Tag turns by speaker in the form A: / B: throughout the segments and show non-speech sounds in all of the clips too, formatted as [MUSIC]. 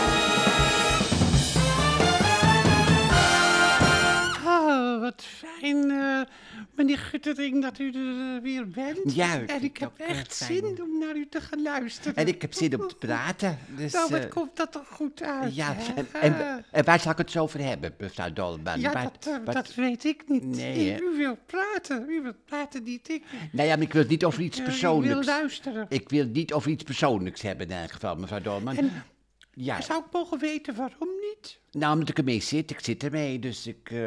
A: Oh, verwondering eh, dat u er eh, weer bent.
B: Ja, ik
A: en
B: vind
A: ik
B: het
A: heb
B: ook erg
A: echt
B: fijn.
A: zin om naar u te gaan luisteren.
B: En ik heb zin om te praten. Dus,
A: [LAUGHS] Nou, wat
B: eh,
A: komt dat toch goed uit?
B: Ja,
A: hè?
B: en, en,
A: Ah,
B: en waar zal ik het zo over hebben, mevrouw Dolleman?
A: ja
B: Waar-
A: dat, eh,
B: wat-
A: dat weet ik niet.
B: Nee,
A: u,
B: hè?
A: u wilt praten. U wilt praten, niet ik.
B: Nou ja, maar ik wil het niet over
A: Eh,
B: iets
A: U wil
B: persoonlijks.
A: luisteren.
B: Ik wil het niet over iets persoonlijks hebben in elk geval, mevrouw Dolman. ja,
A: Zou ik mogen weten waarom niet?
B: nou omdat ik ermee zit. Ik zit ermee, dus ik... eh,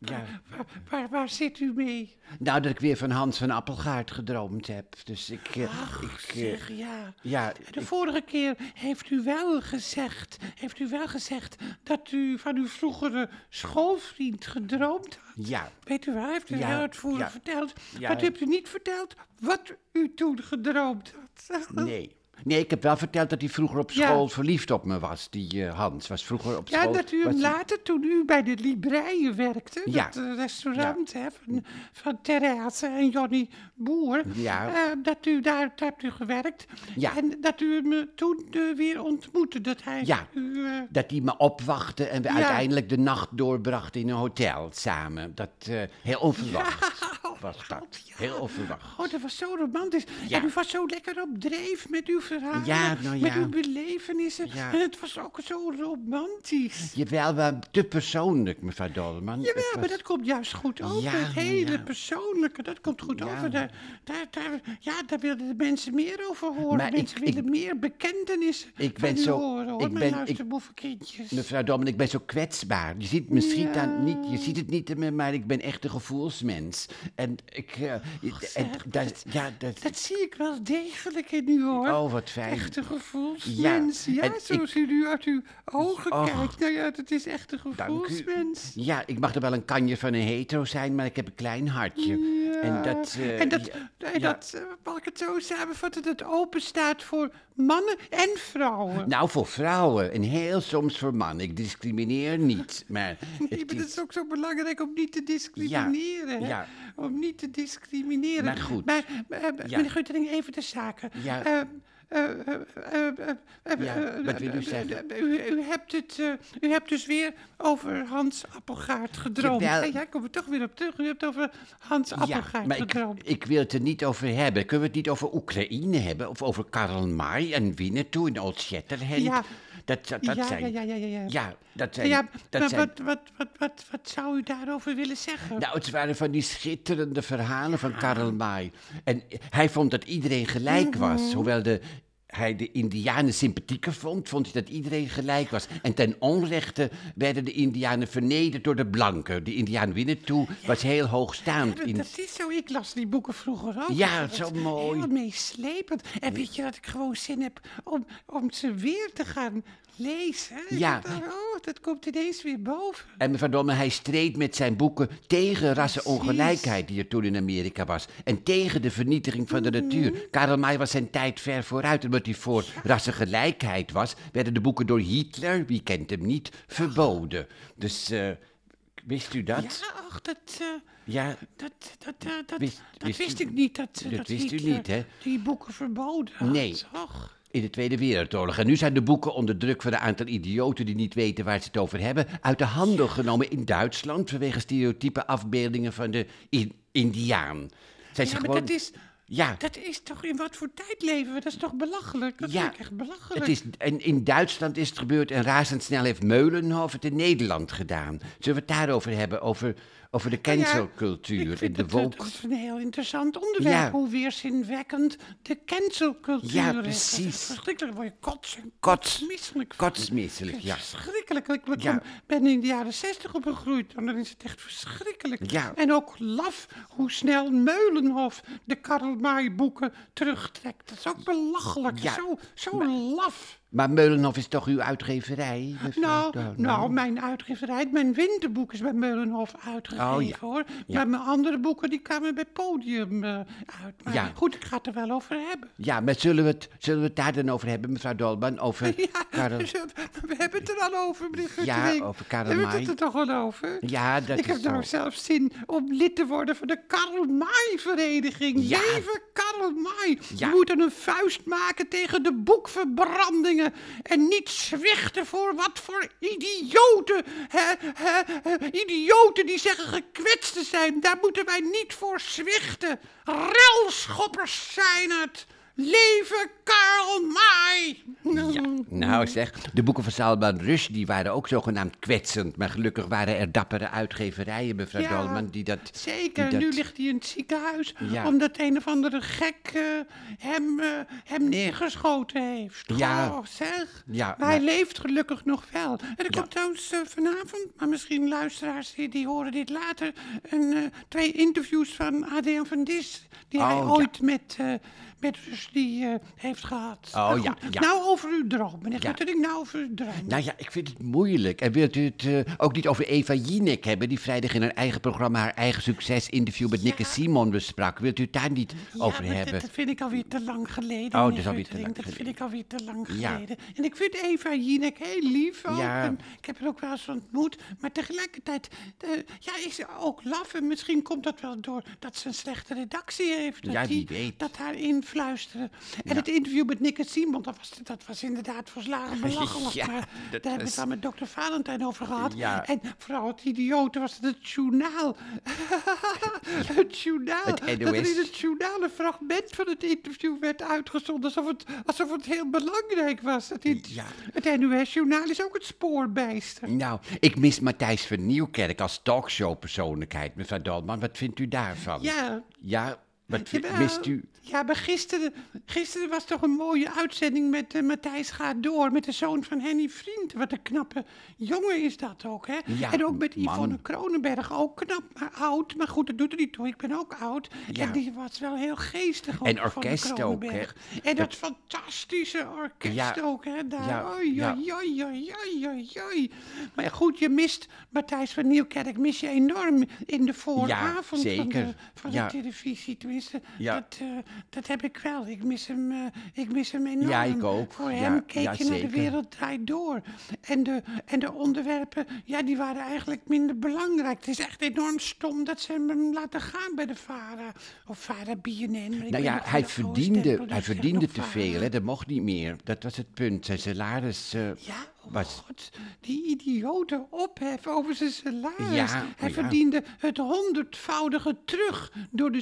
A: Waar,
B: ja.
A: waar, waar, waar zit u mee?
B: Nou, dat ik weer van Hans van Appelgaard gedroomd heb. Dus ik... eh, ik eh,
A: Zeg, ja.
B: ja,
A: De
B: ik-
A: vorige keer heeft u wel gezegd, heeft u wel gezegd dat u van uw vroegere schoolvriend gedroomd had.
B: ja.
A: Weet u waar, heeft u
B: Ja,
A: heel uitvoerig
B: ja.
A: verteld.
B: Ja.
A: Maar u hebt u niet verteld wat u toen gedroomd had.
B: Nee. Nee, ik heb wel verteld dat hij vroeger op
A: Oh. Ja.
B: school verliefd op me was. Die eh, Hans was vroeger op
A: Ja,
B: school...
A: dat u
B: was
A: hem
B: hij-
A: later, toen u bij de Libreien werkte,
B: Ja.
A: dat eh, restaurant hè, van, van Therese en Johnny Boer,
B: Ja.
A: eh, dat u daar daar hebt u gewerkt
B: Ja.
A: en dat u hem eh, toen eh, weer ontmoette, dat hij
B: Ja.
A: u... eh,
B: Dat die me opwachtte en we
A: Ja.
B: uiteindelijk de nacht doorbrachten in een hotel samen. Dat eh, heel onverwacht was dat.
A: God, ja.
B: Heel onverwacht.
A: Oh, dat was zo romantisch.
B: Ja.
A: En u was zo lekker op dreef met uw verhalen,
B: Ja, nou
A: met
B: ja.
A: uw belevenissen.
B: Ja.
A: En het was ook zo romantisch.
B: Jawel, wel te persoonlijk, mevrouw Dolman.
A: Jawel,
B: Het was-
A: maar dat komt juist goed over.
B: Ja, nou
A: het hele
B: ja.
A: persoonlijke, dat komt goed
B: Ja.
A: over. Daar, daar, daar, ja, daar wilden de mensen meer over horen.
B: Maar ik-
A: mensen willen
B: ik-
A: meer bekentenissen
B: Ik
A: van
B: ben
A: u
B: zo-
A: horen, hoor,
B: ik
A: mijn
B: ben- ik-
A: luisterboevenkindjes.
B: Mevrouw Dolman, ik ben zo kwetsbaar. Je ziet, misschien dan niet, je ziet het niet in me, maar ik ben echt een gevoelsmens. En ik... eh, en,
A: Oh, zeg,
B: dat, ja, dat,
A: dat zie ik wel degelijk in u, hoor.
B: Oh, wat fijn.
A: Echte gevoelsmens. Ja,
B: en
A: zo
B: ik-
A: ziet u uit uw ogen
B: Och.
A: kijkt. Nou ja, dat is echt een
B: Dank u.
A: gevoelsmens.
B: Ja, ik mag er wel een kanje van een hetero zijn, maar ik heb een klein hartje. En dat... eh,
A: en dat,
B: ja,
A: en
B: ja.
A: dat eh, mag ik het zo samenvatten, dat het open staat voor mannen en vrouwen.
B: Nou, voor vrouwen en heel soms voor mannen. Ik discrimineer niet, maar...
A: [LAUGHS] Nee,
B: het
A: maar dat
B: is-
A: is ook zo belangrijk om niet te discrimineren. hè?
B: ja.
A: Om niet te discrimineren.
B: Maar goed.
A: Maar, maar, eh,
B: Ja.
A: meneer Guttering, even de zaken.
B: Ja.
A: Eh, eh, eh, eh, eh, eh,
B: Ja,
A: eh,
B: wat wil u
A: eh,
B: zeggen?
A: eh, U, u hebt het, eh, u hebt dus weer over Hans Appelgaard gedroomd.
B: Jawel.
A: Ja, ik kom er toch weer op terug. U hebt over Hans Appelgaard
B: maar ik,
A: gedroomd.
B: ik wil het er niet over hebben. Kunnen we het niet over Oekraïne hebben? Of over Karl May en Winnetou en Old Shatterhand?
A: Ja.
B: Dat, dat, dat
A: ja,
B: zijn...
A: ja, ja, ja, ja.
B: Ja, dat zijn...
A: Ja,
B: dat
A: maar
B: zijn
A: wat, wat, wat, wat, wat zou u daarover willen zeggen?
B: Nou, het waren van die schitterende verhalen van Karl May. En hij vond dat iedereen
A: Mhm.
B: gelijk was. Hoewel de, hij de indianen sympathieker vond, vond hij dat iedereen gelijk was. En ten onrechte werden de indianen vernederd door de blanken. De indiaan Winnetou was heel hoogstaand.
A: Dat,
B: In,
A: dat is zo. Ik las die boeken vroeger ook.
B: Ja,
A: Ik vond
B: zo
A: het
B: mooi.
A: Heel meeslepend. En weet je dat ik gewoon zin heb om, om ze weer te gaan lezen? Ik
B: Ja.
A: heb dan- oh, dat komt ineens weer boven.
B: en mevrouw Dolman, hij streed met zijn boeken tegen rassenongelijkheid die er toen in Amerika was. En tegen de vernietiging van de
A: Mhm.
B: natuur. Karl May was zijn tijd ver vooruit. Omdat hij voor rassengelijkheid was, werden de boeken door Hitler, wie kent hem niet, verboden. Dus eh, wist u
A: Ja,
B: dat?
A: ach, dat, eh,
B: Ja,
A: dat, dat, eh, dat,
B: Wist-
A: dat wist,
B: wist u-
A: ik niet. Dat, eh,
B: dat wist u
A: Hitler
B: niet, hè?
A: Die boeken verboden had.
B: Nee.
A: Och.
B: in de Tweede Wereldoorlog. En nu zijn de boeken onder druk van een aantal idioten die niet weten waar ze het over hebben, uit de handel genomen in Duitsland vanwege stereotype afbeeldingen van de in- Indiaan. Zijn ze
A: Ja, maar
B: gewoon.
A: dat is,
B: Ja.
A: dat is toch in wat voor tijd leven we? Dat is toch belachelijk? Dat
B: Ja,
A: vind ik echt belachelijk.
B: Het is, en in Duitsland is het gebeurd en razendsnel heeft Meulenhof het in Nederland gedaan. Zullen we het daarover hebben? Over, over de
A: Nou ja,
B: cancelcultuur
A: ik
B: en
A: vind
B: de
A: het een-
B: woke...
A: het is een heel interessant onderwerp,
B: Ja.
A: hoe weerzinwekkend de cancelcultuur
B: Ja,
A: is. Dat is.
B: precies.
A: Verschrikkelijk, daar word je kots en
B: Kots.
A: misselijk.
B: Kotsmisselijk, ja.
A: Verschrikkelijk. Ik ben,
B: Ja.
A: ben in de jaren zestig opgegroeid. En dan is het echt verschrikkelijk.
B: Ja.
A: En ook laf hoe snel Meulenhof de Karl May boeken terugtrekt. Dat is ook belachelijk.
B: Ja,
A: Zo, zo laf.
B: Maar Meulenhof is toch uw uitgeverij? mevrouw
A: Nou,
B: Dornan?
A: nou, mijn uitgeverij, mijn winterboek is bij Meulenhof uitgegeven
B: Oh, ja.
A: hoor. Maar
B: Ja.
A: mijn andere boeken die kwamen bij Podium eh, uit. Maar
B: Ja.
A: goed, ik ga het er wel over hebben.
B: Ja, maar zullen we, het, zullen we het daar dan over hebben, mevrouw Dolman? Over
A: [LAUGHS] Ja,
B: Karel...
A: dus, eh, we hebben het er al over, meneer
B: Ja,
A: Guttering.
B: over Karel
A: We hebben
B: May.
A: het er toch al over?
B: Ja, dat
A: ik
B: is
A: heb nou
B: zo.
A: zelfs zin om lid te worden van de Karl May-vereniging.
B: Ja.
A: Leven Karl May.
B: Ja.
A: We moeten een vuist maken tegen de boekverbrandingen. En niet zwichten voor wat voor idioten. Hè, hè, hè, idioten die zeggen gekwetsten zijn, daar moeten wij niet voor zwichten. Relschoppers zijn het. Leven Karl May!
B: Ja,
A: Mm.
B: nou zeg, de boeken van Salman Rushdie die waren ook zogenaamd kwetsend. Maar gelukkig waren er dappere uitgeverijen, mevrouw
A: Ja,
B: Dolman, die dat...
A: Zeker,
B: die dat-
A: nu ligt hij in het ziekenhuis
B: Ja.
A: omdat een of andere gek eh, hem, eh, hem neergeschoten heeft.
B: Ja.
A: Goh, zeg.
B: Ja,
A: maar hij
B: maar-
A: leeft gelukkig nog wel. En er komt trouwens eh, vanavond, maar misschien luisteraars die, die horen dit later, een, eh, twee interviews van Adriaan van Dis, die hij
B: Oh, ja.
A: ooit met, eh met Rusty eh, heeft gehad.
B: Oh,
A: Maar goed,
B: ja, ja.
A: Nou over uw droom, meneer
B: Ja.
A: Guttering, nou over uw droom.
B: Nou ja, ik vind het moeilijk. En wilt u het eh, ook niet over Eva Jinek hebben... die vrijdag in haar eigen programma haar eigen succesinterview met Nikke Simon besprak? Wilt u het daar niet over
A: ja, maar
B: hebben? Oh,
A: Dat, dat vind ik alweer te lang geleden.
B: dat is
A: meneer
B: alweer te
A: Guttering.
B: lang
A: Dat vind
B: geleden.
A: ik alweer te lang
B: Ja.
A: geleden. En ik vind Eva Jinek heel lief ook.
B: Ja.
A: En ik heb haar ook wel eens ontmoet. Maar tegelijkertijd eh, ja, is ze ook laf. En misschien komt dat wel door dat ze een slechte redactie heeft. Dat
B: Ja, wie
A: die
B: weet.
A: dat haar influisteren. En het interview met Nick en Simon, dat was, dat was inderdaad verslagen belachelijk.
B: [LAUGHS] Ja,
A: maar
B: dat
A: daar hebben we
B: is-
A: het dan met dokter Valentijn over gehad.
B: Ja.
A: En vooral het idiote was het, het journaal. [LAUGHS] het journaal.
B: Het
A: Dat er
B: NOS.
A: in het journaal een fragment van het interview werd uitgezonden. Alsof het, alsof het heel belangrijk was. Het, int-
B: Ja.
A: het NOS-journaal is ook het spoorbijster.
B: Nou, ik mis Matthijs van Nieuwkerk als talkshow-persoonlijkheid, mevrouw Dolman. Wat vindt u daarvan?
A: Ja.
B: Ja, wat vi-
A: Jawel.
B: mist u?
A: Ja, maar gisteren, gisteren was toch een mooie uitzending met eh, Matthijs Gaat Door. Met de zoon van Henny Vriend. Wat een knappe jongen is dat ook, hè?
B: Ja,
A: en ook met
B: man.
A: Yvonne Kronenberg. Ook knap, maar oud. Maar goed, dat doet er niet toe. Ik ben ook oud.
B: Ja.
A: En die was wel heel geestig. ook,
B: En
A: Yvonne
B: orkest ook, hè?
A: Kronenberg. En dat, fantastische orkest
B: Ja.
A: ook, hè? Daar.
B: Ja,
A: Oei,
B: ja.
A: oei, oei, oei, oei, oei, oei. Maar goed, je mist Matthijs van Nieuwkerk. Mis je enorm in de vooravond van
B: zeker.
A: de, van
B: Ja.
A: de televisie. Tenminste,
B: Ja.
A: dat, eh, dat heb ik wel. Ik mis hem, eh, ik mis hem enorm.
B: Ja, ik ook.
A: Voor
B: Ja,
A: hem keek
B: ja,
A: je naar de
B: zeker.
A: wereld draait door. En de, en de onderwerpen, ja, die waren eigenlijk minder belangrijk. Het is echt enorm stom dat ze hem laten gaan bij de VARA. Of VARA BNN.
B: Nou ja, hij verdiende, hij verdiende te veel, hè? dat mocht niet meer. Dat was het punt. Zijn salaris. eh,
A: Ja, oh
B: Was-
A: god, die idiote ophef over zijn salaris.
B: Ja, oh
A: Hij
B: ja.
A: verdiende het honderdvoudige terug door de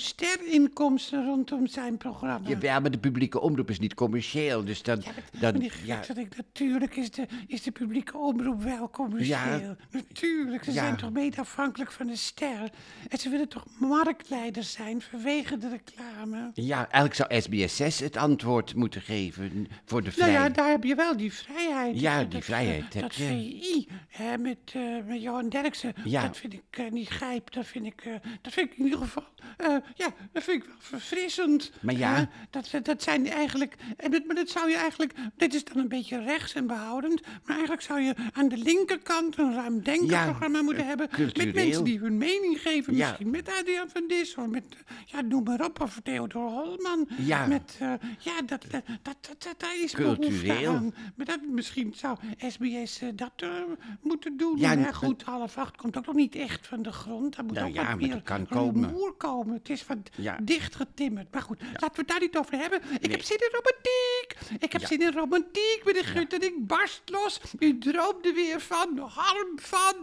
A: sterinkomsten rondom zijn programma.
B: Jawel, maar de publieke omroep is niet commercieel, dus dan... dan
A: Meneer
B: ja,
A: Guttering, natuurlijk is de, is de publieke omroep wel commercieel. Natuurlijk, ze
B: Ja.
A: zijn toch mede afhankelijk van de ster. En ze willen toch marktleiders zijn vanwege de reclame.
B: ja, eigenlijk zou SBS6 het antwoord moeten geven voor de
A: Nou
B: vrij...
A: ja, daar heb je wel die vrijheid.
B: Ja,
A: Dat-
B: die
A: dat-
B: vrijheid heb
A: Dat
B: je.
A: VI hè, met, eh, met Johan Derksen,
B: Ja.
A: dat vind ik eh, niet grijp. Dat vind ik, eh, dat vind ik in ieder geval, eh, ja, dat vind ik wel verfrissend.
B: Maar ja.
A: hè. dat, eh, dat zijn eigenlijk, en dat, maar dat zou je eigenlijk, dit is dan een beetje rechts en behoudend, maar eigenlijk zou je aan de linkerkant een ruimdenkerprogramma
B: Ja,
A: moeten
B: eh,
A: hebben. Met
B: cultureel.
A: mensen die hun mening geven,
B: Ja.
A: misschien met Adriaan van Dis of met, eh, ja, noem maar op, of Theodor Holman.
B: Ja.
A: Met, eh, ja, dat, dat, dat, dat, dat, daar is behoefte
B: Cultureel.
A: aan. Maar dat, misschien zou SBS eh, dat eh, moeten doen.
B: Ja,
A: Ja,
B: dat-
A: goed, half acht komt ook nog niet echt van de grond. Daar moet
B: Nou
A: ook
B: ja,
A: wat
B: maar
A: meer
B: dat kan komen.
A: rumoer komen. Het is wat
B: Ja.
A: dicht getimmerd. Maar goed, laten we het daar niet over hebben. Ik
B: Nee.
A: heb zin in romantiek. Ik heb
B: Ja.
A: zin in romantiek, meneer Gut. En ik barst los. U droomde weer van Harm van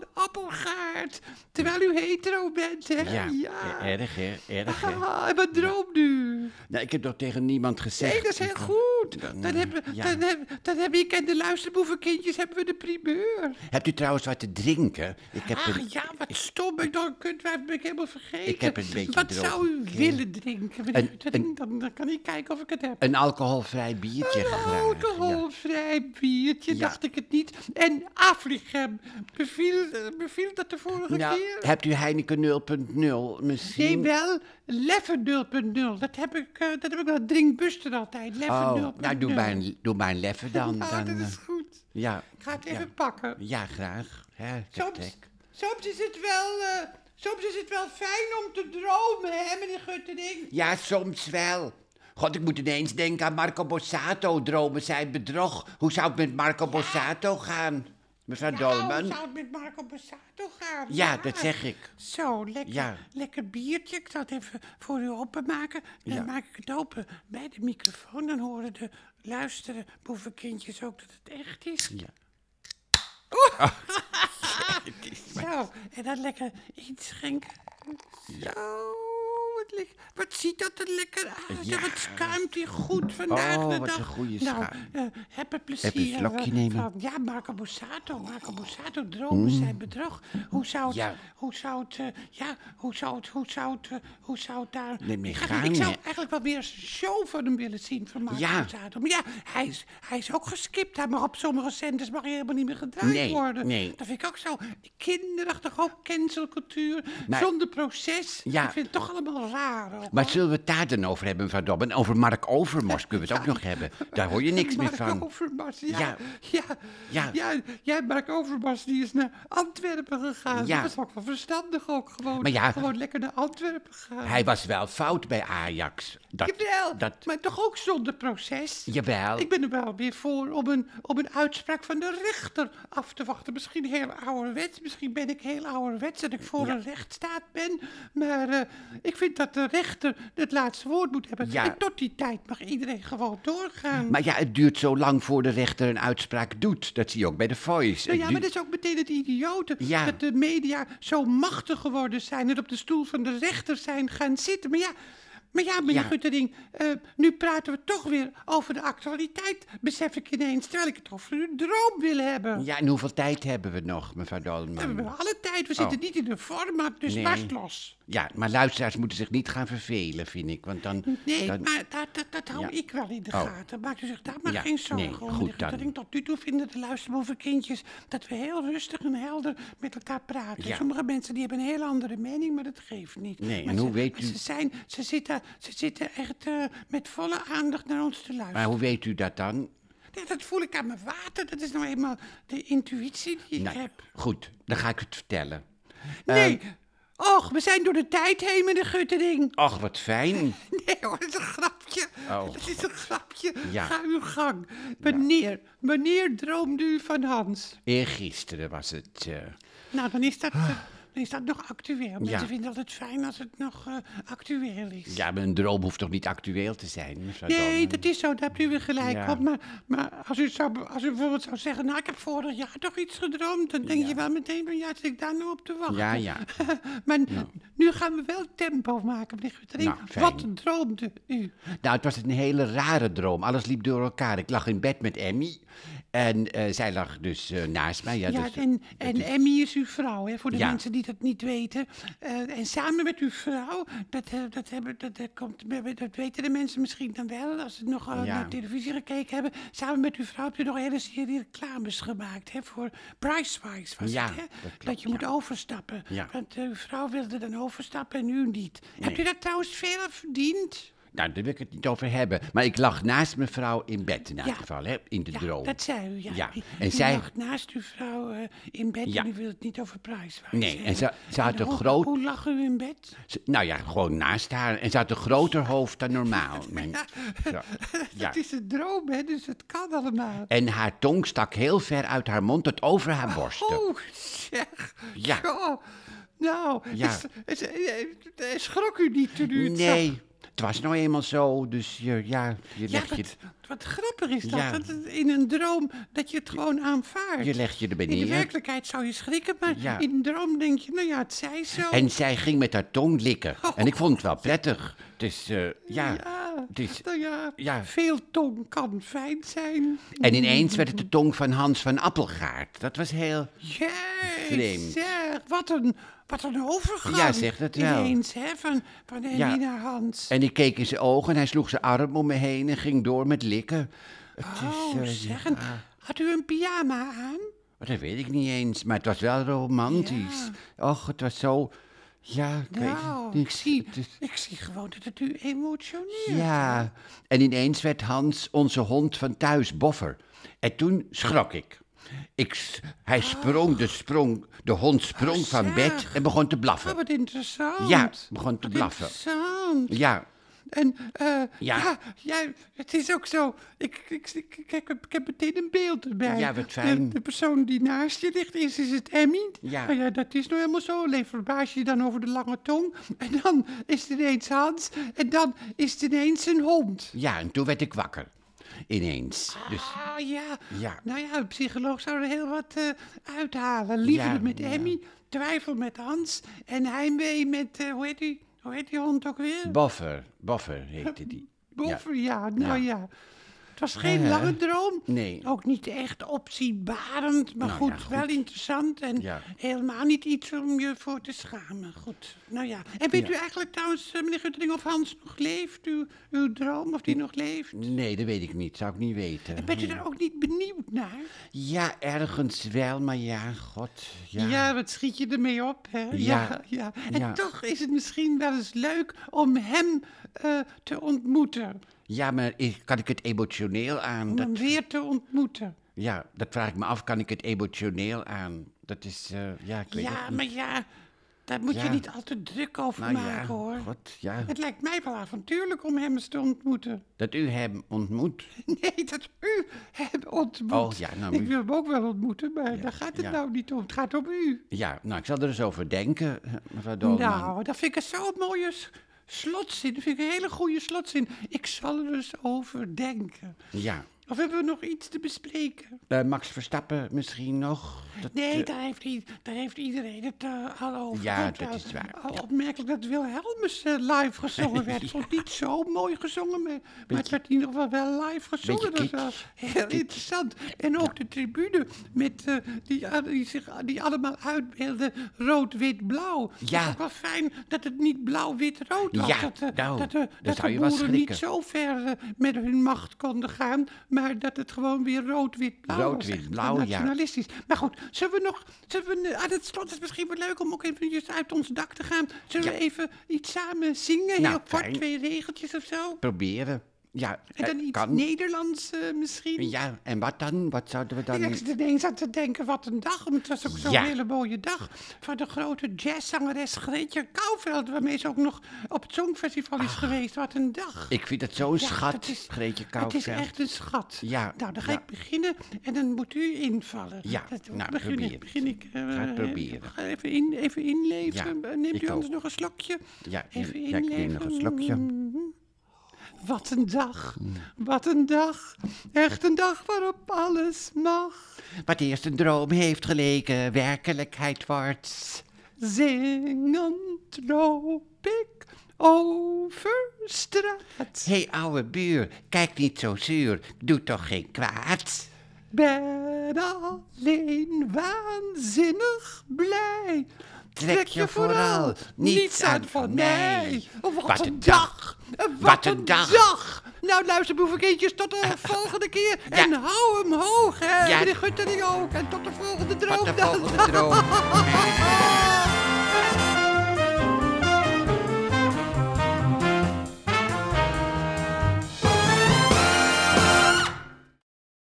A: Appelgaard. Terwijl u hetero bent, hè?
B: Ja, eh. e- erg hè, erg hè.
A: Ah, [LAUGHS] en wat droomt u?
B: Nou, ik heb dat tegen niemand gezegd.
A: Nee, dat is heel goed. Dan hebben,
B: ja.
A: dan, heb, dan heb ik en de luisterboevenkindjes hebben we de primeur.
B: Hebt u trouwens wat te drinken? Ik heb een-
A: Ach Ah, ja, wat stom. Ik, dan kunt, wij ben ik helemaal vergeten.
B: Ik heb een beetje
A: Wat
B: droog
A: zou u
B: gekeken.
A: willen drinken? meneer
B: Een-
A: Guttering?
B: een-
A: dan, dan kan ik kijken of ik het heb.
B: een alcoholvrij biertje
A: Een
B: graag. ja.
A: alcoholvrij biertje,
B: Ja.
A: dacht ik het niet. En Afrigem, beviel, eh, beviel dat de vorige
B: Nou,
A: keer?
B: hebt u Heineken 0.0
A: Nee,
B: misschien?
A: wel. Leffe 0.0. Dat heb ik, eh, dat heb ik wel drinkbuster altijd. Leffe
B: Oh,
A: 0.0.
B: nou, doe maar, een, doe maar een leffe dan.
A: Ah,
B: dan
A: dat
B: eh,
A: is goed.
B: ja,
A: Ik ga het even
B: ja.
A: pakken.
B: Ja, graag. Ja,
A: Soms, soms is het wel... eh, Soms is het wel fijn om te dromen, hè, meneer Guttering?
B: Ja, soms wel. God, ik moet ineens denken aan Marco Borsato. Dromen zijn bedrog. Hoe zou het met Marco Borsato gaan? Mevrouw
A: Nou,
B: Dolman?
A: zou het met Marco Borsato gaan?
B: Ja, dat zeg ik.
A: Zo, lekker,
B: Ja.
A: lekker biertje. Ik zal het even voor u openmaken. Dan
B: Ja.
A: maak ik het open bij de microfoon. Dan horen de luisteren boevenkindjes ook dat het echt is.
B: [LAUGHS] Ja.
A: Zo, en dan lekker inschenken. Zo, Oh, wat, lekker. wat ziet dat er lekker uit.
B: Ja.
A: Ja. Wat schuimt hier goed vandaag
B: Oh,
A: de
B: wat
A: dag.
B: een goede
A: nou,
B: schuim.
A: eh, heb er plezier
B: slokje
A: eh,
B: nemen? Mm.
A: van- ja, Marco Borsato, Marco Borsato, dromen zijn bedrog. Hoe zou het,
B: Ja.
A: hoe zou het, eh, ja, hoe zou het, hoe zou het, eh, hoe zou het daar...
B: Nee, meer
A: Ik- ik,
B: gaan,
A: zou
B: hè?
A: eigenlijk wel weer een show van hem willen zien van Marco
B: Ja.
A: Borsato. Maar ja, hij is, hij is ook geskipt. Hij mag op sommige zenders mag hij helemaal niet meer gedraaid
B: Nee,
A: worden.
B: nee.
A: Dat vind ik ook zo kinderachtig, ook cancelcultuur,
B: Maar-
A: zonder proces.
B: Ja.
A: Ik vind het toch allemaal raar. Ook.
B: Maar zullen we het daar dan over hebben, mevrouw Dobben? Over Mark Overmars kunnen we het ook nog hebben. Daar hoor je niks meer
A: Mark
B: van.
A: Overmars, ja.
B: Ja.
A: Ja. Ja.
B: Ja.
A: jij, Mark Overmars, die is naar Antwerpen gegaan.
B: Ja.
A: Dat was ook wel verstandig ook. Gewoon,
B: Maar ja.
A: gewoon lekker naar Antwerpen gegaan.
B: Hij was wel fout bij Ajax. Dat,
A: Jawel,
B: dat,
A: maar toch ook zonder proces.
B: jawel.
A: Ik ben er wel weer voor om een, om een uitspraak van de rechter af te wachten. Misschien heel ouderwets, misschien ben ik heel ouderwets dat ik voor een rechtsstaat ben. Maar eh, ik vind dat de rechter het laatste woord moet hebben.
B: Ja.
A: En tot die tijd mag iedereen gewoon doorgaan.
B: Maar ja, het duurt zo lang voor de rechter een uitspraak doet. Dat zie je ook bij The Voice.
A: Nou
B: Het
A: ja,
B: du-
A: maar dat is ook meteen het idiote.
B: Ja.
A: Dat de media zo machtig geworden zijn en op de stoel van de rechter zijn gaan zitten. Maar ja, maar ja meneer
B: Ja.
A: Guttering, eh, nu praten we toch weer over de actualiteit. Besef ik ineens, terwijl ik het over een droom wil hebben.
B: Ja, en hoeveel tijd hebben we nog, mevrouw
A: We hebben
B: Dolman?
A: alle tijd, we zitten niet in de format, dus
B: Oh. Nee.
A: barst los.
B: Ja, maar luisteraars moeten zich niet gaan vervelen, vind ik. Want dan...
A: Nee,
B: dan-
A: maar dat, dat, dat hou
B: Ja.
A: ik wel in de
B: Oh.
A: gaten. Maak u zich daar maar
B: Ja,
A: geen zorgen
B: nee,
A: om.
B: goed
A: meneer
B: dan.
A: Guttering. Tot nu toe vinden de luisterboevenkindjes dat we heel rustig en helder met elkaar praten.
B: Ja.
A: Sommige mensen die hebben een heel andere mening, maar dat geeft niet.
B: Nee,
A: maar
B: en hoe
A: ze,
B: weet
A: maar
B: u-
A: Ze, zijn, ze, zitten, ze zitten echt eh, met volle aandacht naar ons te luisteren.
B: Maar hoe weet u dat dan?
A: Nee, dat voel ik aan mijn water. Dat is nou eenmaal de intuïtie die ik
B: Nou, ehm,
A: heb.
B: goed, dan ga ik het vertellen.
A: Nee, och, we zijn door de tijd heen, meneer Guttering.
B: Ach, wat fijn.
A: [LAUGHS] Nee hoor, dat is een grapje.
B: Oh,
A: dat is een grapje.
B: Ja.
A: Ga uw gang. Wanneer, wanneer droomde u van Hans?
B: Eergisteren was het... eh,
A: Nou, dan is dat, eh, dan is dat nog actueel. Mensen
B: Ah. Ja.
A: vinden het altijd fijn als het nog eh, actueel is.
B: Ja, maar een droom hoeft toch niet actueel te zijn, mevrouw
A: Nee,
B: Dolman?
A: dat is zo, daar hebt u weer gelijk
B: Ja.
A: op. Maar, maar als, u zou, als u bijvoorbeeld zou zeggen, nou, ik heb vorig jaar toch iets gedroomd, dan denk je wel meteen van, ja, zit ik daar nou op te wachten?
B: Ja, ja.
A: [LAUGHS] maar n- nu gaan we wel tempo maken, meneer Guttering.
B: Nou, fijn.
A: Wat droomde u?
B: Nou, het was een hele rare droom. Alles liep door elkaar. Ik lag in bed met Emmy. En eh, zij lag dus eh, naast mij. Ja,
A: Ja,
B: dus-
A: en, en Emmy is uw vrouw, hè, voor de
B: Ja.
A: mensen die dat niet weten. Eh, en samen met uw vrouw, dat, eh, dat, hebben, dat, eh, komt, dat weten de mensen misschien dan wel, als ze nog eh,
B: Ja.
A: naar televisie gekeken hebben. Samen met uw vrouw heb je nog een hele serie reclames gemaakt, hè, voor Pricewise was
B: Ja,
A: het, hè?
B: dat klopt,
A: je moet overstappen.
B: Ja.
A: Want eh, uw vrouw wilde dan overstappen en u niet. Hebt u dat trouwens veel aan verdiend?
B: Nou, daar wil ik het niet over hebben. Maar ik lag naast mijn vrouw in bed in elk
A: Ja.
B: geval, hè, in de
A: Ja,
B: droom.
A: dat zei u, ja.
B: Ja,
A: U-
B: en
A: u
B: zij-
A: lag naast uw vrouw eh, in bed
B: Ja.
A: en u wilde het niet over Pricewise
B: Nee, en
A: hebben.
B: ze- ze had
A: En
B: een
A: hoe-
B: groot-
A: Hoe lag u in bed?
B: Ze- nou ja, gewoon naast haar. En ze had een groter hoofd dan normaal.
A: [LAUGHS]
B: Mijn- Zo, ja.
A: Het is een droom, hè, dus het kan allemaal.
B: En haar tong stak heel ver uit haar mond tot over haar borsten.
A: Oh, zeg.
B: Ja.
A: Zo. Nou,
B: Ja.
A: is, is, eh, eh, schrok u niet toen u het zag?
B: nee, het was nou eenmaal zo. Dus je, ja,
A: Ja,
B: je legt je,
A: wat, wat grappig is dat,
B: Ja.
A: dat het in een droom dat je het gewoon aanvaardt.
B: je, legt je erbij
A: in de
B: neer.
A: werkelijkheid zou je schrikken, maar
B: Ja.
A: in een droom denk je, nou ja, het zij zo.
B: En zij ging met haar tong likken.
A: Oh.
B: En ik vond het wel prettig. Het is, eh, ja, het is...
A: nou ja,
B: ja.
A: veel tong kan fijn zijn.
B: En ineens werd het de tong van Hans van Appelgaard. Dat was heel... Vreemd.
A: Jezus, zeg, wat een, wat een overgang.
B: Ja, zeg dat wel.
A: Ineens, hè, van, van Henny
B: Ja.
A: naar Hans.
B: En ik keek in zijn ogen en hij sloeg zijn arm om me heen en ging door met likken. Het is,
A: oh,
B: eh,
A: zeg, en had u een pyjama aan?
B: Dat weet ik niet eens, maar het was wel romantisch. Och, het was zo... Ja, ik weet het
A: Nou,
B: niet.
A: ik zie,
B: Het is-
A: ik zie gewoon dat het u emotioneert.
B: Ja, en ineens werd Hans onze hond van thuis boffer. En toen schrok ik. ik s- hij sprong de, sprong, de hond sprong
A: Ah. Oh,
B: van bed
A: zeg.
B: en begon te
A: Oh,
B: blaffen.
A: wat interessant.
B: Ja, begon te blaffen.
A: Interessant.
B: Ja,
A: En eh,
B: Ja.
A: ja. ja, het is ook zo. Ik, ik, ik, ik, ik heb, ik heb meteen een beeld erbij.
B: Ja, wat
A: De- De,
B: fijn.
A: persoon die naast je ligt is, is het Emmy.
B: Ja.
A: Nou ja, dat is nou helemaal zo. Alleen verbaas je je dan over de lange tong. En dan is het ineens Hans. En dan is het ineens een hond.
B: ja, en toen werd ik wakker. ineens. Dus
A: Ah, ja.
B: Ja.
A: Nou ja, een psycholoog zou er heel wat eh, uithalen. Liefde
B: Ja,
A: met
B: ja.
A: Emmy, twijfel met Hans en heimwee met, eh, hoe, heet die, hoe heet die hond ook weer?
B: Boffer, Boffer heette die.
A: Boffer, ja. Nou ja. Het was geen
B: Ja.
A: lange droom.
B: Eh, Nee.
A: Ook niet echt opzienbarend, maar
B: Nou
A: goed,
B: ja, goed.
A: wel interessant. En
B: Ja.
A: helemaal niet iets om je voor te schamen. Goed, nou ja. En weet u
B: Ja.
A: eigenlijk trouwens, eh, meneer Guttering, of Hans nog leeft? Uw, uw droom, of die nog leeft?
B: Nee, dat weet ik niet. Zou ik niet weten.
A: Bent u daar ook niet benieuwd naar?
B: Ja, ergens wel, maar ja, god. Ja.
A: Ja. wat schiet je ermee op, hè? Ja, ja.
B: Ja,
A: En
B: ja.
A: toch is het misschien wel eens leuk om hem eh, te ontmoeten.
B: Ja, maar ik- kan ik het emotioneel aan?
A: Om
B: Dat,
A: hem weer te ontmoeten.
B: ja, dat vraag ik me af. Kan ik het emotioneel aan? Dat is, eh, ja, ik weet het
A: Ja,
B: niet.
A: maar ja, daar moet je
B: Ja.
A: niet al te druk over
B: Nou
A: maken,
B: ja,
A: hoor.
B: god, ja.
A: Het lijkt mij wel avontuurlijk om hem eens te ontmoeten. [LAUGHS]
B: Dat u hem ontmoet.
A: Nee, dat u hem ontmoet.
B: Oh, ja, nou,
A: Ik
B: u-
A: wil hem ook wel ontmoeten, maar daar gaat het
B: ja.
A: nou niet om. Het gaat om u.
B: Ja, nou, ik zal er eens over denken, eh, mevrouw Dolman.
A: Nou, dat vind ik zo'n mooie s- slotzin. Dat vind ik een hele goede slotzin. Ik zal er eens over denken.
B: Ja.
A: Of hebben we nog iets te bespreken?
B: Eh, Max Verstappen misschien nog? Dat,
A: Nee,
B: eh,
A: daar heeft, i- daar heeft iedereen het eh, al over.
B: Ja,
A: Want,
B: dat
A: eh,
B: is waar,
A: al Opmerkelijk dat Wilhelmus eh, live gezongen
B: [LAUGHS]
A: werd. Het was niet zo mooi gezongen, maar, maar het werd in ieder geval wel live gezongen.
B: Beetje
A: dat was
B: kitsch.
A: wel heel interessant. En ook de tribune met, eh, die, a- die, zich, die allemaal uitbeelden rood, wit, blauw. Het
B: Ja.
A: was ook wel fijn dat het niet blauw, wit, rood was.
B: Ja,
A: dat, eh,
B: nou,
A: dat, eh,
B: daar
A: dat
B: zou
A: de
B: je wel
A: boeren niet
B: schrikken.
A: zo ver eh, met hun macht konden gaan, maar dat het gewoon weer rood, wit, blauw
B: Rood,
A: was.
B: wit,
A: Echt
B: blauw, ja.
A: nationalistisch. Maar goed, zullen we nog... Zullen we, aan het slot is het misschien wel leuk om ook even uit ons dak te gaan. Zullen we even iets samen zingen?
B: Nou,
A: Heel kort,
B: fijn.
A: twee regeltjes of zo.
B: Proberen. Ja,
A: En dan
B: eh,
A: iets
B: kan.
A: Nederlands eh, misschien.
B: Ja, en wat dan? Wat zouden we dan...
A: Ik zit ineens aan te denken, wat een dag. Want het was ook zo'n
B: Ja.
A: hele mooie dag. Van de grote jazzzangeres Gretje Kouwveld. Waarmee ze ook nog op het Songfestival
B: Ah,
A: is geweest. Wat een dag.
B: Ik vind dat zo'n schat,
A: dat is-
B: Greetje
A: Het is
B: Kouwveld.
A: echt een schat.
B: Ja,
A: Nou, dan ga
B: ja.
A: ik beginnen en dan moet u invallen.
B: Ja,
A: dat,
B: nou,
A: begin,
B: probeer
A: Ik,
B: het.
A: begin ik. eh,
B: Ga het proberen.
A: ga Even, in, even inleven.
B: Ja,
A: Eh, Neemt
B: ik
A: u anders
B: ook.
A: nog een slokje?
B: Ja,
A: even
B: ja, ik neem nog een
A: inleven. Mm-hmm.
B: slokje. Mm.
A: Wat een dag, wat een dag. Echt een dag waarop alles mag.
B: Wat eerst een droom heeft geleken, werkelijkheid wordt.
A: Zingend loop ik over straat.
B: Hé, hey, ouwe buur, kijk niet zo zuur. Doe toch geen kwaad?
A: Ben alleen waanzinnig blij.
B: Trek je vooral niets aan van mij.
A: Wat,
B: Wat
A: een
B: een
A: dag. Wat,
B: Wat
A: een
B: een
A: dag.
B: dag.
A: Nou luister boevenkindjes, tot de volgende keer.
B: Ja.
A: En hou hem hoog, hè.
B: Ja.
A: Meneer Guttering ook. En tot de volgende droom.
B: Wat de
A: dan.
B: volgende droom.